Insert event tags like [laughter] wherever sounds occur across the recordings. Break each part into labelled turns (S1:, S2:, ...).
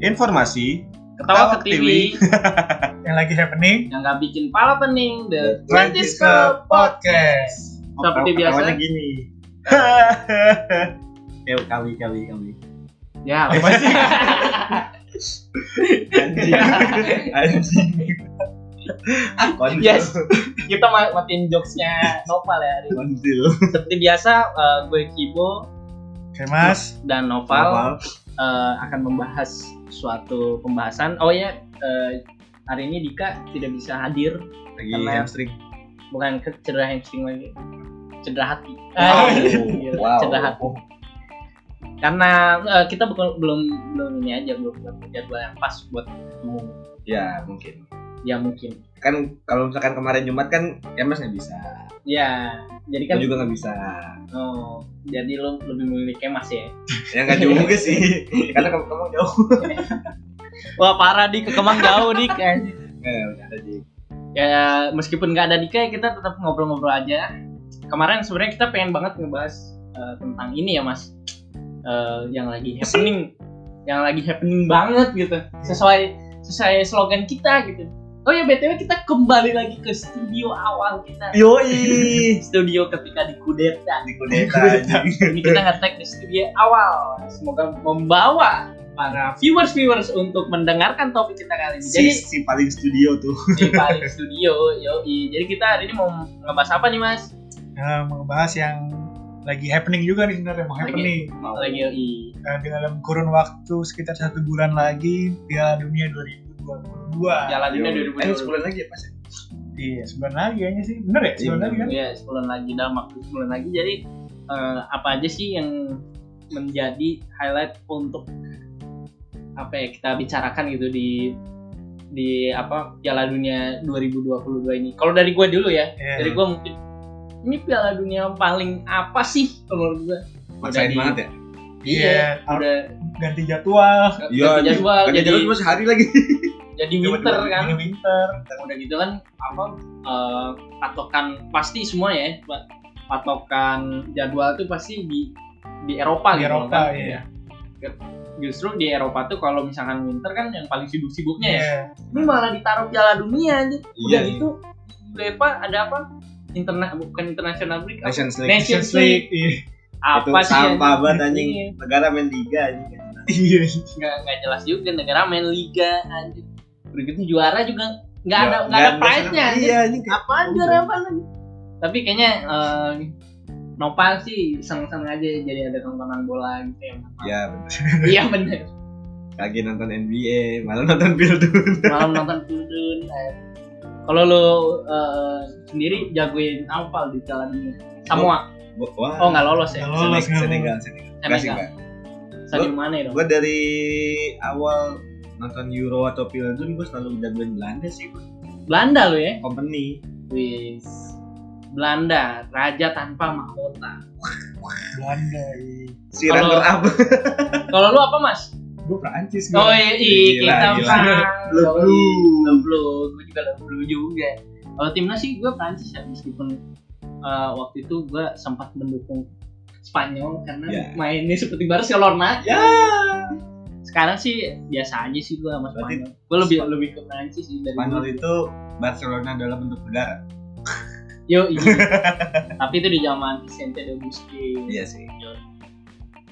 S1: Informasi
S2: Ketawa ke TV
S3: yang lagi happening
S2: yang gak bikin pala pening The
S3: Rantis
S2: Twenties
S3: ke
S2: Club
S3: podcast
S1: Oh,
S2: Seperti biasa.
S1: ketawanya gini.
S3: [laughs]
S1: Eh, kami kami kami.
S2: [laughs] Ya apa sih
S1: Anjing. Anjing. Konsil.
S2: Yes. Kita ma- matiin jokesnya Noval ya hari ini.
S1: Konsil.
S2: Seperti biasa eh, gue Kibo
S3: oke mas
S2: dan Noval
S1: Apa?
S2: eh, akan membahas suatu pembahasan Oh ya eh, hari ini Dika tidak bisa hadir
S1: Lagi
S2: Karena-
S1: hamstring.
S2: bukan ke- cedera hamstring lagi cedera hati [laughs]
S1: Wow.
S2: Eh,
S1: Wow.
S2: cedera hati
S1: Oh,
S2: karena eh, kita bukan belum belum ini aja belum belum jadwal yang pas buat ketemu
S1: Ya, mungkin.
S2: ya mungkin
S1: Kan kalau misalkan kemarin Jumat kan MS nggak bisa.
S2: ya jadi kan
S1: Gue juga nggak bisa.
S2: oh, jadi lo lebih memilih kemas ya
S1: Ya nggak juga
S2: [laughs]
S1: sih. Karena kamu kamu jauh.
S2: wah parah di ke Kemang jauh dik
S1: Nggak nggak Eh, ada di.
S2: ya meskipun nggak ada Dika ya kita tetap ngobrol-ngobrol aja kemarin sebenarnya kita pengen banget ngebahas eh, tentang ini ya mas Eh, yang lagi happening yang lagi happening banget gitu sesuai sesuai slogan kita gitu oh ya btw kita kembali lagi ke studio awal kita
S1: Yoi.
S2: studio ketika dikudeta
S1: Di kudeta. anjing.
S2: ini kita ngetek di studio awal semoga membawa para viewers viewers untuk mendengarkan topik kita kali ini
S1: Si, si paling studio tuh.
S2: di paling studio yoi jadi kita hari ini mau ngebahas apa nih mas
S3: Nah, mau ngebahas yang lagi happening juga nih sebenarnya mau
S2: Lagi.
S3: happening
S1: Mau.
S2: lagi yoi
S3: Nah, di dalam kurun waktu sekitar satu bulan lagi Piala Dunia 2022
S2: jalan dunia
S1: Eh,
S2: 2020
S1: sebulan lagi ya pas. ya?
S3: iya sebulan lagi kayaknya sih bener ya sebulan
S1: Iya.
S3: lagi kan
S2: ya sebulan lagi dalam waktu sebulan lagi jadi eh, apa aja sih yang menjadi highlight untuk apa ya kita bicarakan gitu di di apa Piala Dunia 2022 ini kalau dari gue dulu ya
S3: Iya.
S2: dari gue mungkin ini Piala Dunia paling apa sih kalau menurut gue
S1: Maksain
S2: di-
S1: banget ya.
S3: Iya.
S2: udah
S3: ganti jadwal
S2: ganti jadwal
S1: Iya, Ganti
S2: jadi
S1: jadwal cuma sehari lagi.
S2: jadi winter kan
S3: Ini winter
S2: udah gitu kan apa eh, patokan pasti semua ya Pak. patokan jadwal tuh pasti di di Eropa
S3: di
S2: gitu
S3: Eropa
S2: kan.
S3: iya
S2: justru di Eropa tuh kalau misalkan winter kan yang paling sibuk-sibuknya ya
S3: Iya.
S2: ini malah ditaruh piala dunia aja udah
S1: Iya.
S2: gitu di UEFA ada apa interna bukan international break apa,
S1: Nations League.
S2: Nations
S3: Nations
S2: League
S3: League iya.
S2: apa
S1: itu
S2: sih
S1: sampah
S2: anjing?
S1: banget anjing.
S2: Iya.
S1: Negara main liga anjing.
S3: iya
S2: nggak nggak jelas juga negara main liga anjir udah gitu juara juga nggak
S1: Ya,
S2: ada nggak ada prize nya
S1: senang- Iya anjing.
S2: apaan juara apa lagi tapi kayaknya eh, Nopal sih seneng-seneng aja jadi ada tontonan bola gitu
S1: [laughs]
S2: ya
S1: Ya bener.
S2: iya bener
S1: Lagi nonton NBA, malah nonton Bildun.
S2: malam nonton Kudun eh. kalau lo eh, sendiri jagoin Nopal di jalan ini Samoa
S1: Wah.
S2: oh nggak lolos ya
S3: Nggak lolos. nggak
S1: Senegal, Senegal, Senegal. Enggak sih,
S2: Senegal
S1: enggak.
S2: Sadio Mane dong
S1: Gue dari awal nonton Euro atau Pilgrim gue selalu jagoin Belanda sih gue.
S2: Belanda lo ya
S1: company
S2: Wis. Belanda raja tanpa mahkota
S3: Belanda iya.
S1: si
S2: Kalau-
S1: runner up [laughs]
S2: kalau lo apa mas
S3: gue Perancis gue
S2: Oh iya, iya
S1: Gila,
S2: kita
S1: gila.
S2: bang.
S1: Lu blue.
S2: Lu blue. Gue juga lu blue juga. Kalau timnas sih gue Prancis ya meskipun eh, waktu itu gue sempat mendukung Spanyol karena
S1: Ya.
S2: mainnya seperti Barcelona.
S1: ya
S2: Sekarang sih biasa aja sih gue sama
S1: Berarti
S2: Spanyol. Gue lebih lebih ke Prancis sih dari
S1: Spanyol
S2: dulu.
S1: itu Barcelona dalam bentuk udara
S2: Yo,
S1: [laughs]
S2: iya. Tapi itu di zaman Vicente del Busquets.
S1: iya sih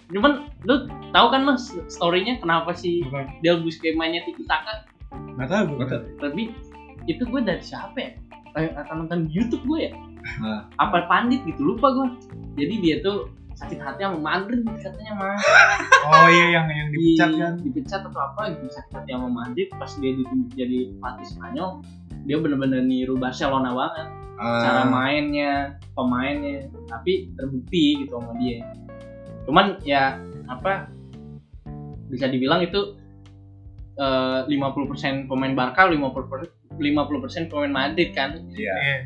S2: Cuman lu tahu kan mas storynya kenapa sih
S3: Bukan.
S2: Del Busquets mainnya tiki taka?
S3: nggak tahu gue
S1: betul
S2: tapi itu gue dari siapa ya Eh, akan nonton di YouTube gue ya
S1: Nah.
S2: apa pandit gitu lupa gue jadi dia tuh sakit hati sama Madrid katanya mah
S3: oh iya yang yang [laughs]
S2: Di-
S3: dipecat kan
S2: dipecat atau apa gitu sakit hati sama Madrid pas dia ditunjuk jadi pelatih Spanyol dia bener-bener niru Barcelona banget cara
S1: Eh,
S2: mainnya pemainnya tapi terbukti gitu sama dia cuman ya apa bisa dibilang itu eh, 50% pemain Barca 50% 50% pemain Madrid kan
S1: iya
S3: iya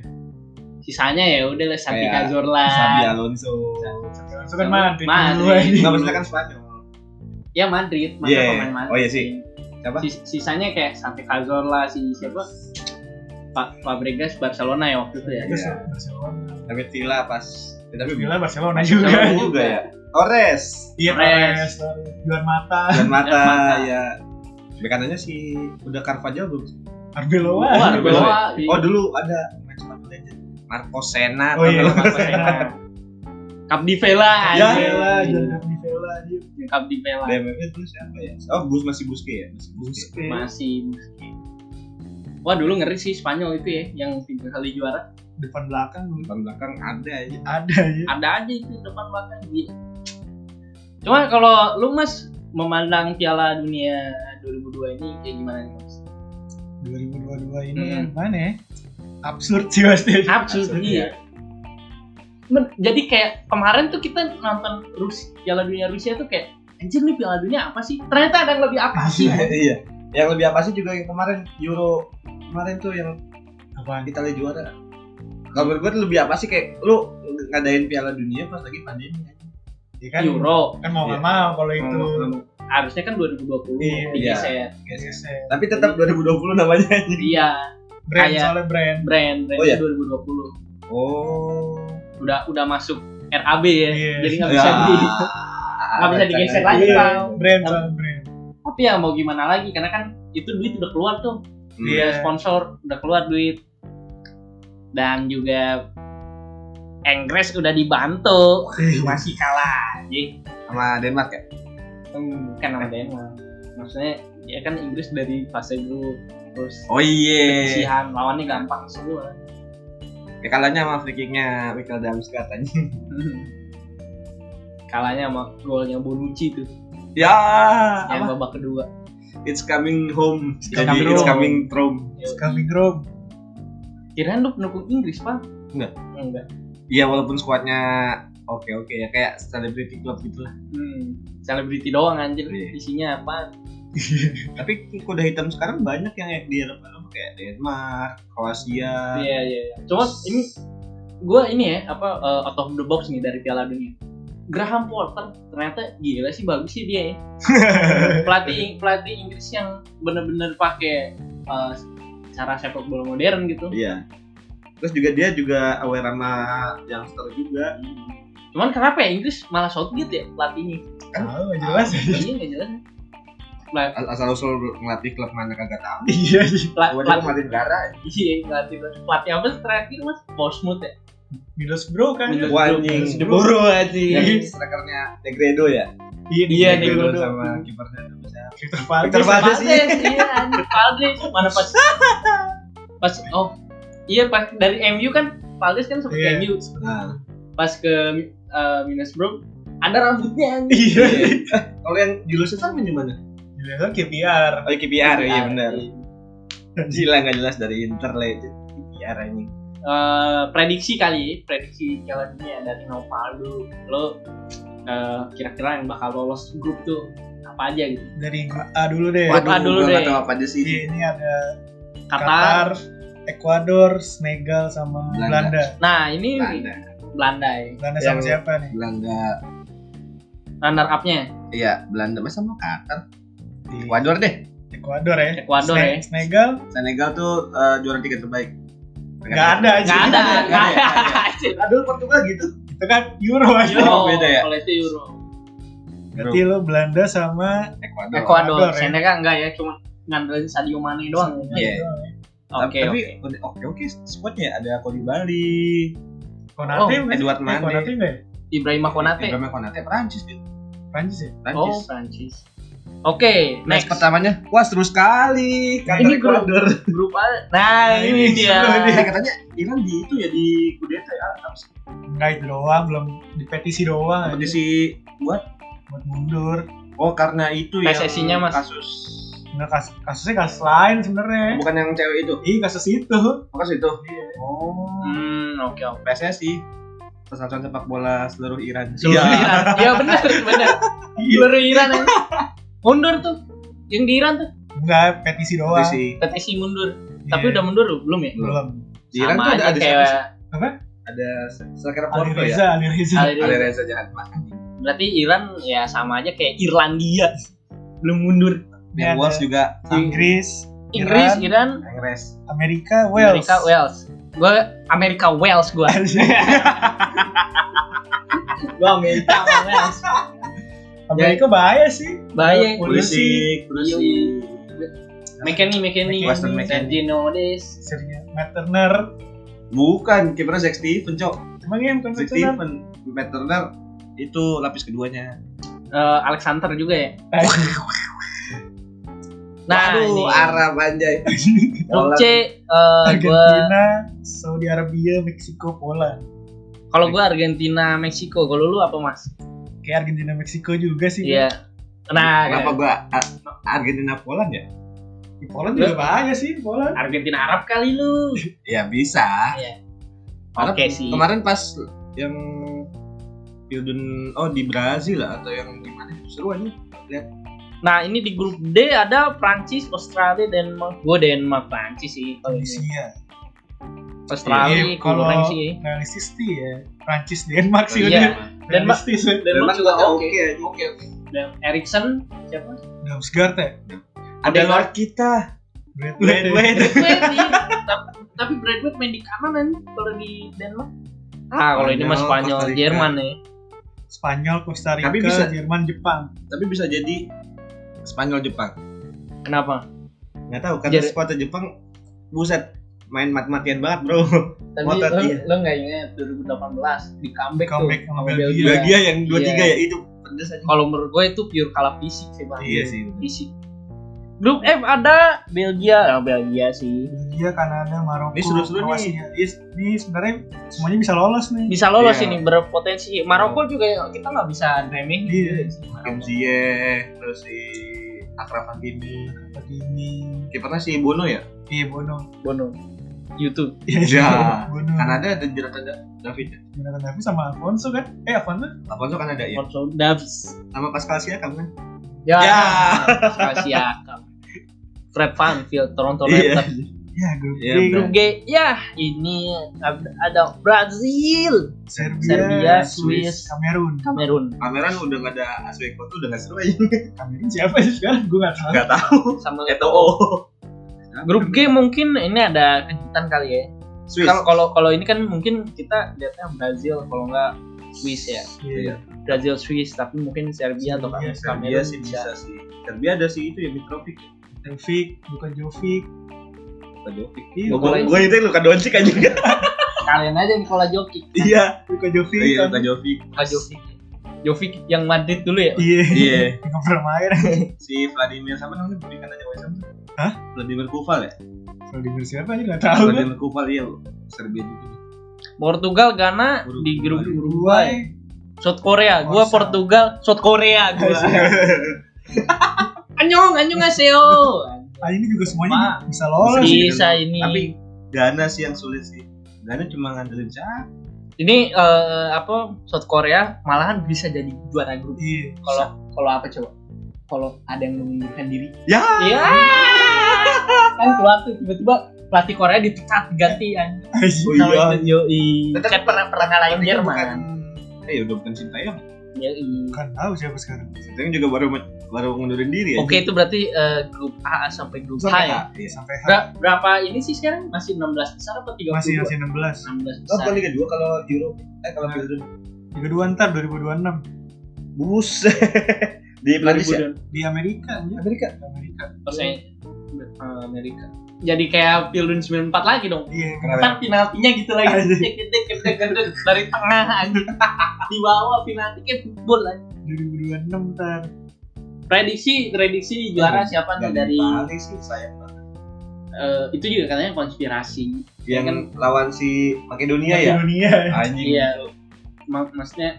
S2: sisanya ya udah lah Santi
S1: Kayak Sabi
S2: Cazorla
S1: Alonso
S3: itu kan Madrid
S2: Madrid.
S3: dulu aja.
S1: nggak maksudnya kan Spanyol
S2: ya Madrid masa
S1: Iya,
S2: pemain Madrid
S1: oh iya sih. siapa
S2: Sis- sisanya kayak Santi Cazorla si siapa Pak Fabregas Barcelona ya waktu itu ya
S3: Terus
S1: Iya.
S3: Barcelona
S1: David Villa pas eh, tapi
S3: Villa Barcelona
S2: Barcelona
S3: juga
S1: Barcelona juga ya Torres
S3: Iya,
S2: Torres.
S3: Torres, Torres. Juan Mata.
S1: dan Mata
S2: Mata.
S1: ya Bek kanannya si udah Carvajal belum?
S3: Arbeloa.
S2: Wah, Arbeloa.
S1: Oh dulu ada Match of Legend. Marco Senna.
S3: Oh, iya.
S1: [laughs]
S2: Kapdi Vela
S3: Ya,
S2: anjing.
S3: Vela, jangan di Vela aja.
S2: Kapdi Vela.
S1: DMF itu siapa ya? Oh Bus masih Buske ya? Masih Buske.
S3: Buske.
S2: Masih Wah dulu ngeri sih Spanyol itu ya yang tiga kali juara.
S3: Depan belakang dulu.
S1: Depan belakang ada aja.
S3: Ada ya.
S2: Ada aja itu depan belakang gitu. Cuma kalau lu Mas memandang Piala Dunia 2002 ini kayak gimana nih Mas?
S3: 2022 ini
S2: Hmm.
S3: yang mana ya? Absurd sih pasti.
S2: Absurd
S3: Absurd,
S2: iya. Men- jadi kayak kemarin tuh kita nonton Rusia, Piala Dunia Rusia tuh kayak anjir nih Piala Dunia apa sih? Ternyata ada yang lebih apa sih?
S1: [laughs] Iya. Yang lebih apa sih juga yang kemarin Euro kemarin tuh yang
S3: Apaan?
S1: Italia juara. Kalau menurut gue lebih apa sih kayak lu ngadain Piala Dunia pas lagi pandemi.
S3: Ya kan,
S2: Euro
S3: kan mau nggak
S1: Iya.
S3: mau kalau itu.
S2: harusnya kan 2020
S3: Iya.
S2: digeser.
S1: Guys.
S3: Geser.
S1: Tapi tetap 2020 namanya. anjing.
S2: Iya,
S3: Brand
S2: Kayak-
S3: soalnya brand.
S2: brand brand
S1: Oh, iya.
S2: 2020
S1: Oh.
S2: udah udah masuk RAB ya.
S3: Iya.
S2: Jadi nggak bisa di
S1: Ya.
S2: nggak bisa digeser lagi
S3: Iya,
S2: Bang.
S3: brand soalnya brand.
S2: Tapi ya mau gimana lagi karena kan itu duit udah keluar tuh.
S1: Iya.
S3: Iya.
S2: Udah sponsor udah keluar duit. Dan juga Inggris udah dibantu
S3: Iya.
S2: masih kalah aja.
S1: Sama Denmark ya?
S2: Hmm, Bukan sama Denmark. Maksudnya ya kan Inggris dari fase grup terus
S1: Oh iya.
S2: kesihan lawannya gampang semua. [laughs]
S1: Ya, kalahnya sama free kicknya Michael Damsgaard aja.
S2: Kalahnya sama golnya Bonucci tuh
S1: ya,
S2: yang
S1: apa?
S2: babak kedua.
S1: It's coming home.
S2: It's
S1: Jadi
S2: coming
S1: it's
S2: home.
S1: coming home.
S3: Kami Group.
S2: Kirain lu pendukung Inggris, Pak?
S1: Enggak.
S2: Enggak.
S1: Iya walaupun skuadnya oke oke ya kayak celebrity club gitu lah.
S2: Hmm, selebriti doang anjir.
S1: Iya.
S2: Isinya apa?
S1: Tapi kuda hitam sekarang banyak yang di Eropa Eropa, kayak Denmark, Kroasia.
S2: Iya, iya, iya. Cuma ini gua ini ya apa eh, out of the box nih dari Piala Dunia. Graham Potter ternyata gila sih bagus sih dia ya. pelatih pelatih Inggris yang bener-bener pakai eh, cara sepak bola modern gitu.
S1: Iya. Terus juga dia juga aware sama youngster juga.
S2: Cuman kenapa ya Inggris malah Southgate ya pelatihnya?
S3: Tahu jelas.
S2: Iya nggak jelas. Pla-
S1: As- Asal usul ngelatih klub mana kagak tahu.
S3: Iya.
S2: pla-
S1: Gua
S2: pla-
S1: dulu Madrid Gara.
S2: Iya, pelatih pelatih apa sih terakhir mas? Portsmouth ya.
S3: Middlesbrough kan.
S2: Middlesbrough.
S1: Wah, anjing.
S3: Middlesbrough
S1: Yang
S3: anjing.
S1: strikernya Negredo ya.
S2: Iya,
S1: Negredo
S2: Negredo.
S1: sama kipernya itu siapa?
S3: Victor Valdes.
S1: Victor Valdes. Valdes,
S2: Valdes, iya, anjing, Valdes. Mana pas pas oh iya pas dari MU kan Valdes kan sempet
S3: Iya.
S2: MU
S1: Nah,
S2: pas ke eh, Middlesbrough ada rambutnya anjing.
S3: Iya.
S1: [laughs] kalau yang di Lusitan di mana?
S3: Jelasnya KPR.
S1: Oh, KPR, iya
S2: Nah,
S1: benar. Gila nggak jelas dari Inter lah itu. KPR ini.
S2: Eh, prediksi kali, prediksi Piala Dunia dari Novaldo. Lo eh, kira-kira yang bakal lolos grup tuh apa aja gitu?
S3: Dari grup A dulu deh.
S2: Waduh, dulu
S1: Eh, gua nggak
S2: deh.
S1: tahu apa aja sih.
S3: Iya, Ini ada
S2: Qatar.
S3: Qatar, Ekuador, Senegal sama
S1: Belanda.
S3: Belanda.
S2: Nah ini
S1: Belanda.
S2: Belanda ya.
S3: Belanda sama
S1: Yang-
S3: siapa nih?
S1: Belanda.
S2: Runner up-nya
S1: Iya, Belanda masa sama Qatar. Ecuador deh.
S3: Ekuador ya.
S2: Ekuador
S3: Sene-
S2: ya.
S3: Senegal
S1: Senegal tuh eh, juara tiga terbaik.
S3: nggak ada aja.
S2: Nggak ada, nggak ada.
S1: Aduh, Portugal gitu.
S3: Itu kan Euro aja.
S2: Euro,
S1: Oh, beda ya?
S2: Kalau itu Euro.
S3: Berarti lo Belanda sama
S1: [laughs] Ecuador.
S2: Ekuador,
S3: Ecuador ya.
S2: Senegal enggak ya, cuma ngandelin Sadio Mane doang.
S3: Senegal
S1: Iya.
S3: doang ya.
S2: Oke,
S1: Tapi
S2: oke.
S1: oke oke squadnya ada Kodi Bali,
S2: Oh,
S3: Konate bukan sih?
S1: Edward
S3: Eh,
S1: Mane.
S3: Konate nggak ya?
S2: Ibrahim Konate.
S1: Ibrahim Konate Prancis gitu.
S3: Prancis ya?
S2: Oh,
S1: Prancis.
S2: Prancis. Oke, next.
S1: Next pertamanya, wah seru [laughs] sekali. Qatar
S2: Ini grup.
S1: Ecuador.
S2: Grup A. Nah,
S3: Nah,
S2: ini
S3: ini seru
S2: dia.
S3: nih.
S1: Eh, katanya Iran di itu ya di kudeta ya. apa sih?
S3: Nggak itu doang, belum di petisi doang. aja.
S1: Kompetisi buat
S3: Buat mundur.
S1: oh karena itu ya.
S2: PSSI-nya, Mas. Eh?
S1: Kasus
S3: Nggak kas- kasusnya kasus lain sebenarnya.
S1: bukan yang cewek itu.
S3: Ih kasus itu.
S1: Fokus itu. Oh.
S2: Iya. Hmm, oke oke.
S1: PSSI Persatuan Sepak Bola seluruh Iran.
S2: Seluruh Iran. Iya benar, benar.
S3: Iya.
S2: Seluruh Iran. ya. Mundur tuh. Yang di Iran tuh
S3: Nggak petisi doang.
S1: Kompetisi.
S2: petisi mundur.
S3: Iya.
S2: Tapi udah mundur belum ya?
S3: belum.
S1: Di Iran
S2: Sama
S1: tuh ada
S2: aja
S1: ada siapa
S2: kayak
S1: sih?
S3: Apa?
S1: ada se- sekira
S3: Ali
S1: Porto ya.
S3: Reza, Ali Reza.
S1: Ada
S2: Ali-
S1: Reza jahat mah.
S2: Berarti Iran ya sama aja kayak Irlandia belum mundur.
S3: Ini
S1: Yang
S3: Iya, ada
S1: Wolves juga
S3: Inggris,
S2: Inggris,
S3: Iran,
S2: Iran, Iya
S1: Inggris.
S3: Amerika, Wales.
S2: Amerika,
S3: [laughs]
S2: Wales. Gue Amerika Wales gue. gue Amerika sama Wales. Ya.
S3: Amerika bahaya sih.
S2: Bahaya.
S3: Polisi.
S2: Iya.
S1: Pulisic, Pulisic.
S2: Yoi. McKennie, McKennie,
S1: Weston McKennie.
S2: Sergio Des,
S3: Sergio Matt Turner
S1: Bukan, kipernya Zack Steven, Cok.
S3: emang iya bukan Matt
S1: Zack
S3: Turner
S2: [laughs]
S1: Steven, Matt Turner itu lapis keduanya.
S2: eh, Alexander juga ya.
S3: Eh,
S2: Nah,
S1: Waduh,
S2: ini
S1: Arab anjay.
S2: grup
S1: Polan.
S2: C eh, gua
S3: Argentina Saudi Arabia Meksiko Poland
S2: kalau gua Argentina, Meksiko. Kalau lu apa, Mas?
S3: kayak Argentina Meksiko juga sih
S2: Iya. Nah,
S1: Kenapa gua Ar- Argentina Poland ya?
S3: di Poland juga bahaya sih Poland
S2: Argentina Arab kali lu.
S1: Ya bisa.
S2: Iya.
S1: Arab
S2: Oke sih.
S1: Kemarin pas yang Pildun oh di Brazil lah atau yang gimana? Seru aja.
S2: Nah, ini di grup D ada Prancis, Australia, Denmark. Gua Denmark,
S3: Oh,
S2: Prancis sih. Kalau ini.
S3: Indonesia
S2: Australia
S3: Iya, kalau
S2: kurang sih.
S3: realistis sih ya Prancis Denmark sih
S2: Iya.
S3: udah realistis ya
S2: Denmark juga oke.
S1: oke.
S2: Dan Erikson siapa?
S3: Damsgaard ya
S1: Ada
S2: Denmark.
S1: luar kita. Wait, wait.
S2: Brad Pitt. Ta- tapi Brad Pitt main di kanan kan kalau di Denmark ah kalau ini mah
S1: Spanyol,
S2: Spanyol
S1: Costa Rica.
S2: Jerman ya
S3: Spanyol Costa Rica
S1: Tapi bisa.
S3: Jerman Jepang
S1: Tapi bisa jadi Spanyol Jepang.
S2: kenapa
S1: Nggak tahu karena
S2: Jadi-
S1: skuadnya Jepang buset main mat-matian banget, Bro.
S2: tapi
S1: Ngotot,
S2: lo,
S1: iya.
S2: lo nggak ingat 2018 di comeback,
S3: Comeback
S2: tuh
S3: sama
S2: sama
S3: Belgia.
S2: Belgia,
S1: Bagia yang
S2: Iya.
S1: 2
S2: Oh,
S1: 3 ya itu pedes aja.
S2: kalau menurut gue itu pure kalah fisik sih bang
S1: Iya sih.
S2: fisik grup F ada Belgia ah Belgia sih
S3: Belgia Kanada Maroko
S1: Ini seru-seru nih.
S3: Kroasia. Ini- ini sebenarnya semuanya bisa lolos nih
S2: bisa lolos
S1: Iya.
S2: ini berpotensi Maroko juga kita nggak bisa remeh gitu
S3: Iya.
S1: MCE terus si Akraf Hakimi.
S3: Seperti ini
S1: Kipernya si Bono ya?
S3: iya Bono
S2: Bono YouTube
S1: Iya.
S3: Bono
S1: Kanada ada Jonathan Da- David. ya?
S3: Jonathan Davis sama Alfonso kan eh Alfonso
S1: Alfonso Kanada ya.
S2: Alfonso Davies
S1: Sama Pascal Siakam kan.
S2: ya,
S1: Ya.
S2: Pascal Siakam Fred VanVleet Toronto
S1: Iya.
S2: Raptors
S3: ya grup
S1: Iya,
S3: D
S1: bener.
S2: Grup G ya ini ad- ada Brazil,
S3: Serbia,
S2: Serbia, Swiss.
S3: Swiss Kamerun
S2: Kamerun
S1: Kameran udah gak ada Asweko tuh udah gak seru aja.
S3: Kamerun siapa sih sekarang gue gak tahu
S1: Gak tau.
S2: sama
S1: Eto'o.
S2: Grup G mungkin ini ada kejutan kali ya.
S1: [laughs] Swiss.
S2: Kalau kalau kalau ini kan mungkin kita lihatnya Brazil kalau nggak Swiss ya.
S1: Iya.
S2: Brazil Swiss tapi mungkin Serbia atau
S3: Serbia,
S1: Serbia
S2: Kamerun
S1: sih bisa sih. Serbia ada sih itu ya Mitrovic.
S3: Jovic bukan Jovic
S1: Mitrovic.
S3: Iya,
S2: boleh.
S1: Gue itu Luka Doncic aja enggak.
S2: Kalian aja Nikola Jokic.
S1: Iya.
S3: bukan Jovic
S1: Iya
S3: kan
S1: Luka Jovic.
S2: Nikola Jokic. Jokic yang Madrid dulu ya.
S3: iya
S1: Iya.
S3: nggak pernah main
S1: Si Vladimir sama namanya berikan aja Wesam.
S3: Hah?
S1: Vladimir Kuval ya?
S3: Vladimir siapa aja gak tahu kan
S1: Vladimir Kuval iya. Serbia juga.
S2: Portugal Ghana di grup Uruguay.
S3: Uruguay
S2: South Korea. Gua
S3: Masa.
S2: Portugal, South
S1: [laughs]
S2: Korea gua. Anyong, anyong aseo.
S3: ah ini juga semuanya bisa lolos
S1: Iya.
S2: Bisa ini.
S1: Tapi Ghana sih yang sulit sih. Ghana cuma ngandelin siapa?
S2: ini eh, apa South Korea malahan bisa jadi juara grup
S3: iya
S2: kalau kalau apa coba kalau ada yang mengundurkan diri
S1: Ya.
S2: iya [laughs] kan keluar tuh tiba-tiba pelatih Korea dipecat ganti kan
S1: Oh
S2: Sama
S1: iya.
S2: itu, yoi
S1: Tetep-
S2: kan pernah pernah ngalahin
S1: Tapi kan
S2: Jerman
S1: bukan- Eh udah bukan Sintayong.
S2: yoi
S3: bukan Kan tahu siapa sekarang
S1: Sintayong juga baru baru ngundurin diri ya.
S2: oke itu berarti eh, grup A sampai grup H
S3: Sampai
S2: ya
S3: Iya, sampai H
S2: Ber- berapa ini sih sekarang masih 16 besar apa 30
S3: masih masih 16
S2: 16
S1: Oh, bukan
S2: besar Nah.
S1: Liga 2 kalau Euro. Eh, kalau Belgium.
S3: Liga 2 ntar 2026
S1: Bus. [laughs] Di Prancis ya?
S3: di Amerika ya
S1: Amerika.
S2: kan
S3: Amerika
S2: persen eh, Amerika jadi kayak Piala Dunia 94 lagi dong
S3: iya
S1: Kenapa?
S2: Ntar penaltinya gitu lagi. Cek, cek, cek, cek, cek, cek. dari tengah anjing. Di bawah penalti kayak football anjing.
S3: 2026 ntar
S2: Prediksi prediksi juara siapa nih dari
S1: Bali sih sayang banget.
S2: eh, itu juga katanya konspirasi.
S1: Yang lawan si Makedonia
S2: [laughs]
S1: ya?
S3: Makedonia ya
S1: Anjing.
S2: kan Iya. Ma- maksudnya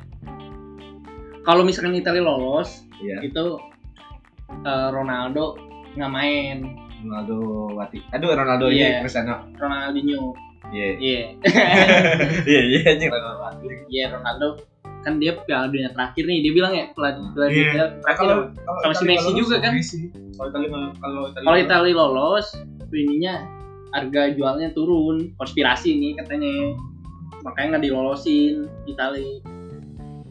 S2: kalau misalkan Italia lolos
S1: Iya.
S2: itu eh, Ronaldo nggak main
S1: Ronaldo Wati. Aduh, Ronaldo
S2: Iya.
S1: ini Cristiano.
S2: Ronaldinho
S1: Iya.
S2: iya
S1: [laughs] Iya, iya anjing Ronaldo Wati.
S2: iya Ronaldo kan dia Piala Dunia terakhir nih dia bilang ya Piala Piala Dunia
S3: Iya.
S2: terakhir Nah, Sama si
S1: Italia
S2: Messi
S1: lolos,
S2: juga kan
S3: Messi
S1: Kalau Italia kalau Italia.
S2: Kalau
S1: lolos,
S2: Itali lolos, ininya harga jualnya turun, konspirasi ini katanya. Makanya nggak dilolosin Itali.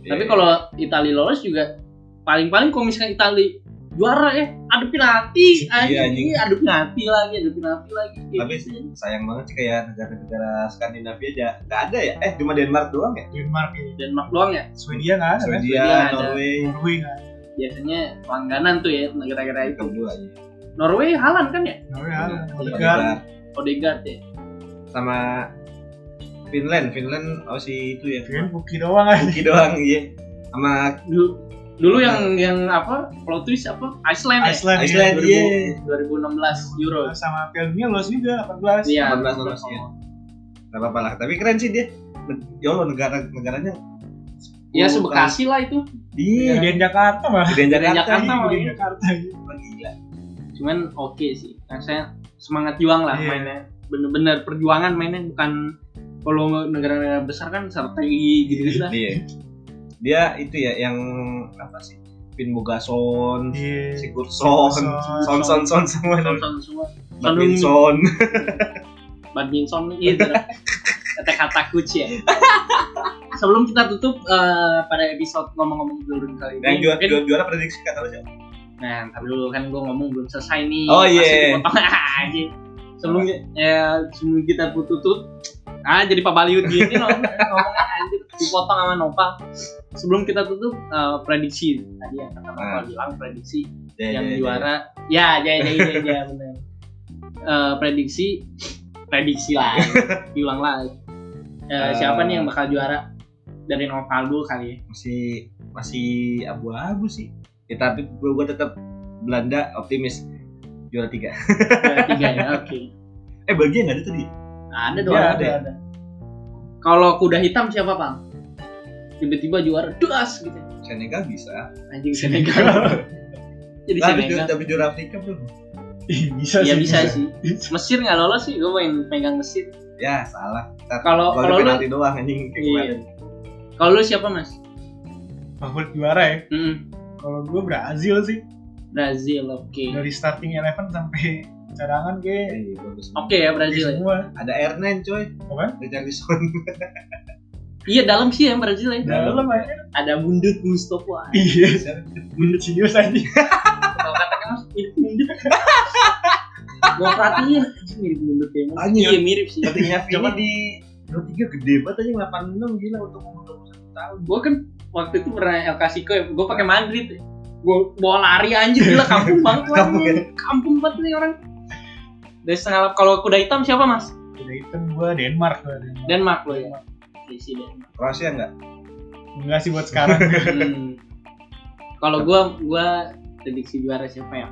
S1: iya.
S2: Tapi kalau Itali lolos juga paling-paling kalau misalkan Itali juara ya adu penalti,
S1: Iya,
S2: anjing,
S1: anjing.
S2: adu penalti lagi, adu penalti lagi. Kayak
S1: Tapi
S2: gitu.
S1: sayang banget sih kayak negara-negara Skandinavia aja nggak ada ya eh cuma Denmark doang ya
S3: Denmark ya
S2: Denmark doang ya,
S3: Swedia nggak ada kan
S1: Swedia
S2: nggak ada.
S1: Norway
S3: Norway nggak ada
S2: biasanya langganan tuh ya negara-negara itu.
S1: kedua iya. aja
S2: Norway Halan kan ya
S3: Norway Haaland, Odegaard,
S1: Odegaard.
S2: Odegaard ya
S1: sama Finland Finland oh si itu ya
S3: kirain Puki doang aja.
S1: Buki doang iya sama
S2: dulu, dulu yang yang apa plot twist apa Iceland, ya
S3: Iceland,
S1: Iceland
S3: iya,
S1: iya
S2: 2016 Euro
S3: 2000. sama Piala Dunia lolos juga 14.
S2: Iya,
S1: 18 lolos, iya. nggak apa-apa lah tapi keren sih dia ya Allah negara negaranya
S2: ya sebekasi lah itu
S1: iya
S3: Gedean Jakarta mah.
S1: Gedean Jakarta
S2: Jakarta.
S3: Iya,
S2: mah,
S3: Gedean
S2: iya.
S3: Jakarta. iya.
S1: Wah, gila
S2: cuman oke sih Nah, saya semangat juang lah
S3: Iya.
S2: mainnya bener-bener perjuangan mainnya bukan kalau negara-negara besar kan strategi gitu-gitu
S1: [laughs]
S2: lah
S1: iya dia itu ya yang apa sih Finn Bogason
S3: Iya.
S1: Sigurdsson Son Son Son semua
S2: Tonton semua
S1: Badminton
S2: badminton itu kata-kata kuci ya sebelum kita tutup eh, pada episode ngomong-ngomong Golden kali ini
S1: yang juara
S2: mungkin-
S1: juara, juara prediksi kata lo siapa
S2: nah ntar dulu kan gue ngomong belum selesai nih
S1: Oh,
S2: Masih
S1: iya.
S2: dipotong [laughs] aja sebelum ya sebelum kita tutup ah jadi Pak Baliut gini loh ngomongnya anjir dipotong sama Nopal sebelum kita tutup eh, prediksi tadi yang kata
S1: Ah.
S2: Nopal bilang prediksi
S1: Ya,
S2: yang
S1: ya, ya.
S2: juara ya ya ya ya, ya, benar Eh, prediksi prediksi
S1: [laughs]
S2: lah diulang lagi Eh,
S1: Eh.
S2: siapa nih yang bakal juara dari Novaldo
S1: [laughs]
S2: kali ya
S1: masih masih abu-abu sih ya, tapi gue gue tetap Belanda optimis juara tiga
S2: Juara tiga ya oke
S1: eh Belgia nggak ada tadi
S2: ada dong
S3: Iya,
S2: ada
S1: ada.
S2: ada kalau kuda hitam siapa pang tiba-tiba juara duas gitu
S1: Senegal bisa
S2: anjing Senegal jadi
S1: lah tapi juara,
S2: Senegal
S1: tapi juara Afrika belum
S3: Ih, bisa
S2: Iya
S3: sih,
S2: bisa sih Mesir nggak lolos sih gue pengen pegang Mesir
S1: ya salah Ntar
S2: Kalau-
S1: gua ada
S2: kalau lu-
S1: penalti doang anjing kayak
S2: Iya.
S1: kemarin.
S2: kalau lu siapa mas
S3: Favorit juara ya.
S2: Mm,
S3: Kalau gue Brazil sih
S2: Brazil oke
S3: dari starting eleven sampai cadangan kayak
S1: Iya, bagus.
S2: oke ya Brazil ya.
S3: semua.
S1: ada Ernen coy
S3: Apa?
S1: Richarlison [laughs]
S2: Iya dalam sih ya Brazil ya.
S3: Dalam aja.
S2: Ada bundut Mustafa.
S3: Iya. Bunda serius aja.
S2: Kalau katanya mas mirip bundut. Gua perhatiin anjing mirip bundut ya. Mas.
S1: Anjing.
S2: Iya mirip sih.
S1: Ketiknya Vini
S2: Cuman-
S1: di 23 gede banget aja 86 gila untuk umur 21 tahun
S2: Gua kan waktu itu pernah El Clasico ya. Gua pakai Madrid. ya. Gua bawa lari anjir gila kampung banget lah.
S1: Kampung
S2: ini. Kampung banget nih orang. Dari setengah lap- kalau kuda hitam siapa mas?
S3: Udah hitam gue Denmark gue. Denmark.
S2: Denmark lo ya. Isi Denmark.
S1: Kroasia enggak?
S3: Enggak sih buat sekarang.
S2: [laughs] Hmm. Kalau gua gua prediksi juara siapa ya?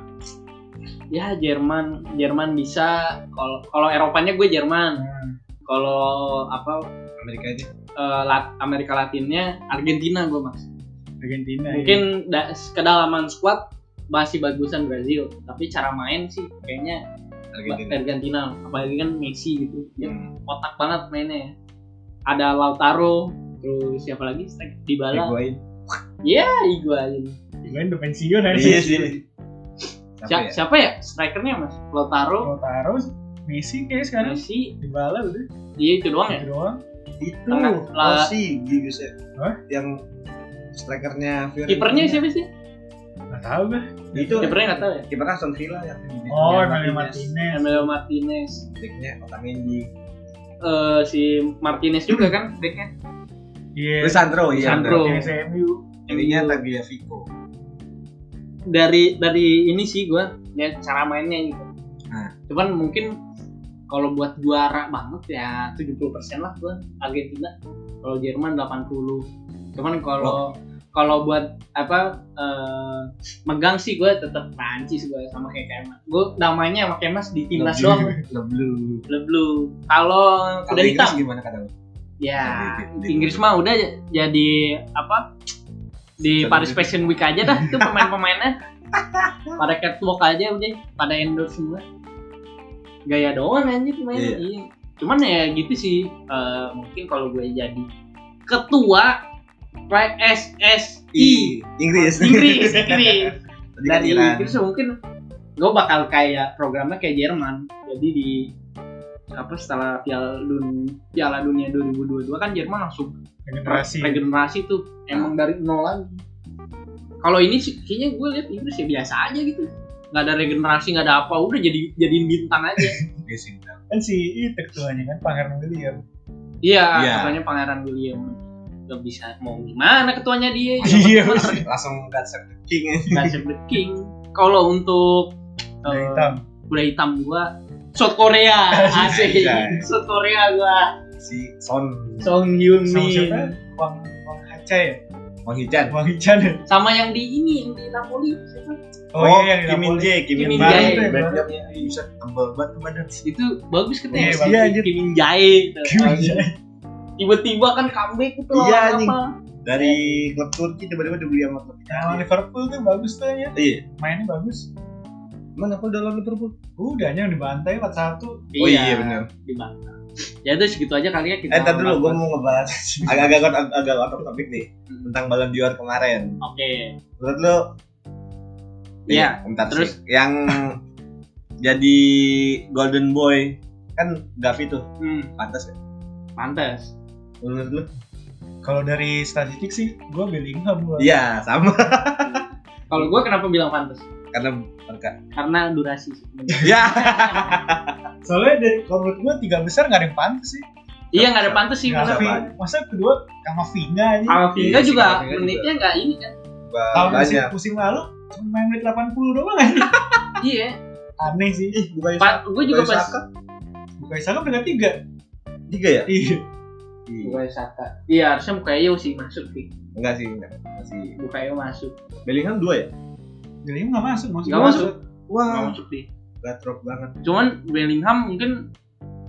S2: Ya Jerman, Jerman bisa. Kalau kalau Eropanya gue Jerman.
S3: Hmm.
S2: kalau apa
S1: Amerika aja
S2: eh, Lat- Amerika Latinnya Argentina gue mas
S3: Argentina. ya.
S2: mungkin
S1: gitu.
S2: da- kedalaman squad masih bagusan Brazil tapi cara main sih kayaknya Argentina,
S1: Argentina
S2: apalagi kan Messi gitu dia
S1: Hmm.
S2: otak banget mainnya ya. ada Lautaro terus siapa lagi Stek Dybala
S1: Higuain
S2: ya Higuain
S3: Gue udah pensiun aja.
S1: Iya sih
S2: Siapa,
S1: Siapa ya? Oh,
S2: siapa ya strikernya mas
S3: Mau
S2: Lautaro
S3: taruh Messi kayak
S1: kan?
S3: sekarang.
S2: Messi
S3: Dibala udah.
S2: dia itu doang ya
S3: Itu doang.
S1: Itu
S2: Tengah.
S1: Oh
S2: La-
S1: si Giuseppe
S3: Hah?
S1: ya. Yang strikernya Fiorentina
S2: kipernya siapa sih
S3: Gak tau gue.
S1: Itu
S2: kipernya nggak tahu ya
S1: kipernya Aston Villa yang
S3: Oh, Emilio
S1: Yang Iya, Martinez.
S3: Martinez.
S2: Emilio Martinez
S1: Backnya Otamendi
S2: Eh, si Martinez juga kan backnya
S3: Iya.
S1: Lisandro iya
S2: Lisandro.
S3: Yang SMU.
S1: Jadinya Tagliafico
S2: dari dari ini sih gua ya cara mainnya gitu.
S1: Nah.
S2: Cuman mungkin kalau buat juara banget ya 70% lah gua Argentina. Kalau Jerman 80. Cuman
S1: Oh.
S2: kalau kalau buat apa eh, megang sih gua tetap Prancis gua sama kayak Kemas. Gua damainya sama Kemas di timnas
S1: Leblu.
S2: doang.
S1: Leblu
S2: Blue. Kalau
S1: Kalau
S2: kuda
S1: Inggris
S2: hitam
S1: gimana kata lu?
S2: ya
S1: Di- di- di-
S2: Inggris mah udah j- jadi apa di
S1: Jadi- gitu.
S2: Paris Fashion Week aja dah
S1: [laughs]
S2: itu pemain-pemainnya pada catwalk aja udah pada endorse semua gaya doang anjir mainnya iya.
S1: Iya.
S2: cuman ya gitu sih eh, mungkin kalau gue jadi ketua PSSI
S1: I Inggris
S2: Inggris Inggris
S1: [laughs] Tadi kan
S2: dari
S1: Iran.
S2: Inggris mungkin gue bakal kayak programnya kayak Jerman jadi di apa setelah Piala Dunia, Piala Dunia 2022 kan Jerman langsung
S3: Regenerasi.
S2: regenerasi tuh emang dari nol lagi kalau ini sih kayaknya gue lihat Inggris ya biasa aja gitu nggak ada regenerasi nggak ada apa udah jadi jadiin bintang aja
S1: Iya sih, benar.
S3: Kan si itu ketuanya kan Pangeran William.
S2: iya
S1: Iya.
S2: katanya Pangeran William nggak bisa mau gimana ketuanya dia
S3: Iya.
S2: Yang penting
S1: Langsung Guns N' the King ya.
S2: Nasib the King. Kalau untuk
S3: Udah
S2: eh,
S3: hitam.
S2: kuda hitam gua South Korea
S1: [laughs]
S2: asik
S1: Anjay.
S2: South Korea gua
S1: si Son
S2: Song Hyun
S3: Sama siapa?
S2: Min
S3: Wang Wang Haca ya?
S1: Wang Hichan
S3: Wang Hican ya?
S2: sama yang di ini yang di Napoli siapa?
S3: Oh, iya yang
S1: Kim Min
S3: Napoli.
S1: Jae Kim
S2: Kim
S1: Min
S2: Min Jae.
S1: Jae
S3: Itu yang
S1: backnya
S2: baru.
S1: bisa tembel banget tuh badan
S2: itu bagus
S3: Iya,
S2: katanya
S3: bagus.
S2: Iya, anjir. Kim Min Jae gitu.
S3: Kim Min Jae.
S2: tiba-tiba kan comeback itu
S1: Iya,
S2: lawan
S1: anjing.
S2: apa
S1: dari klub Turki tiba-tiba dibeli sama klub
S3: Nah, lawan
S1: Italia
S3: Liverpool tuh bagus tuh ya.
S1: iya
S3: Mainnya bagus.
S1: mana aku dalam Liverpool
S3: Udah yang dibantai 4-1.
S1: Oh, iya, benar.
S2: di Bangka. ya itu segitu aja kali ya kita
S1: eh ntar dulu gue
S2: bahas.
S1: mau ngebahas [laughs] agak-agak out- agak out of topic nih
S2: Hmm.
S1: tentang Ballon d'Or kemarin
S2: oke
S1: menurut lo
S2: Iya,
S1: bentar
S2: terus?
S1: sih. [laughs] yang jadi golden boy kan Gavi tuh
S2: hmm,
S1: pantas ya
S2: pantas
S1: menurut lo
S3: Kalau dari statistik sih, gue Bellingham gue.
S1: iya sama [laughs]
S2: kalau gue kenapa bilang pantas
S1: karena mereka
S2: karena durasi sih.
S1: ya
S3: Soalnya dari kalau menurut gue tiga besar nggak ada yang pantas sih.
S2: iya nggak ada pantas sih
S3: Nggak
S2: masa
S1: Gavi.
S3: ada. Masa kedua Kamavinga aja.
S2: Alvinga
S1: Iya, si
S2: juga
S1: Kamavinga juga.
S2: menitnya nggak ini kan
S3: Kalau musim,
S1: banyak
S3: musim lalu cuma main menit 80 doang aja.
S2: iya
S3: Aneh sih.
S1: ih bukan
S2: Pak, gue juga pas
S3: Bukan Saka peringkat tiga.
S1: tiga ya
S3: Iya.
S1: Iya.
S2: Bukayo Saka. Iya, harusnya Bukayo sih masuk sih.
S1: enggak sih enggak masih
S2: Bukayo masuk.
S1: Bellingham dua ya
S3: Bellingham nggak masuk maksud
S2: Nggak
S3: gua.
S2: masuk. Nggak
S1: wah
S2: masuk sih.
S1: gatrok banget
S2: Cuman Bellingham mungkin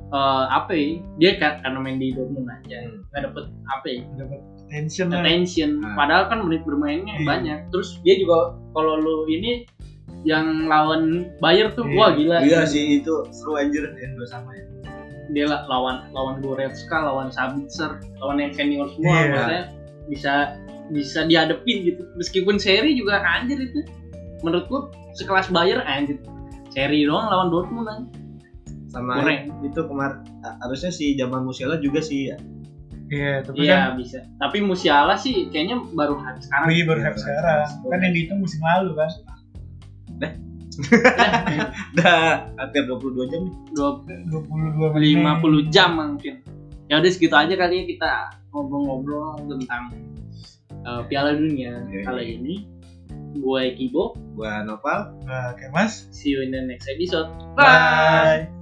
S2: eh apa ya? Dia kan karena main di Dortmund aja
S1: Hmm.
S2: nggak dapet apa ya?
S3: Dapat tension lah.
S2: Attention.
S1: Hmm.
S2: Padahal kan menit bermainnya
S3: Iya.
S2: banyak. Terus dia juga kalau lu ini yang lawan Bayer tuh wah gila.
S1: iya sih itu seru anjir yang dua sama ya
S2: Dia la- lawan lawan Goretzka, lawan Sabitzer, lawan yang senior semua
S3: Iya.
S2: maksudnya bisa bisa dihadepin gitu. Meskipun seri juga anjir itu. Menurut gua sekelas Bayer anjir. Seri doang lawan Dortmund anjir.
S1: sama
S2: Goreng.
S1: itu kemarin harusnya si Jamal Musiala juga sih
S3: Iya, tapi kan
S2: Iya bisa. Tapi Musiala sih kayaknya baru habis sekarang.
S3: Wih baru
S1: Iya,
S3: hype sekarang. Kan yang dihitung musim lalu kan.
S1: Iya.
S2: [laughs]
S1: udah hampir 22 jam nih
S3: 22 menit.
S2: 50 jam mungkin. Ya udah segitu aja kali ya kita ngobrol-ngobrol tentang uh, Piala Dunia
S1: Iya,
S2: kali ini. Gue Kibo.
S1: gua Nopal
S3: Nah, Oke, Mas.
S2: See you in the next episode.
S1: bye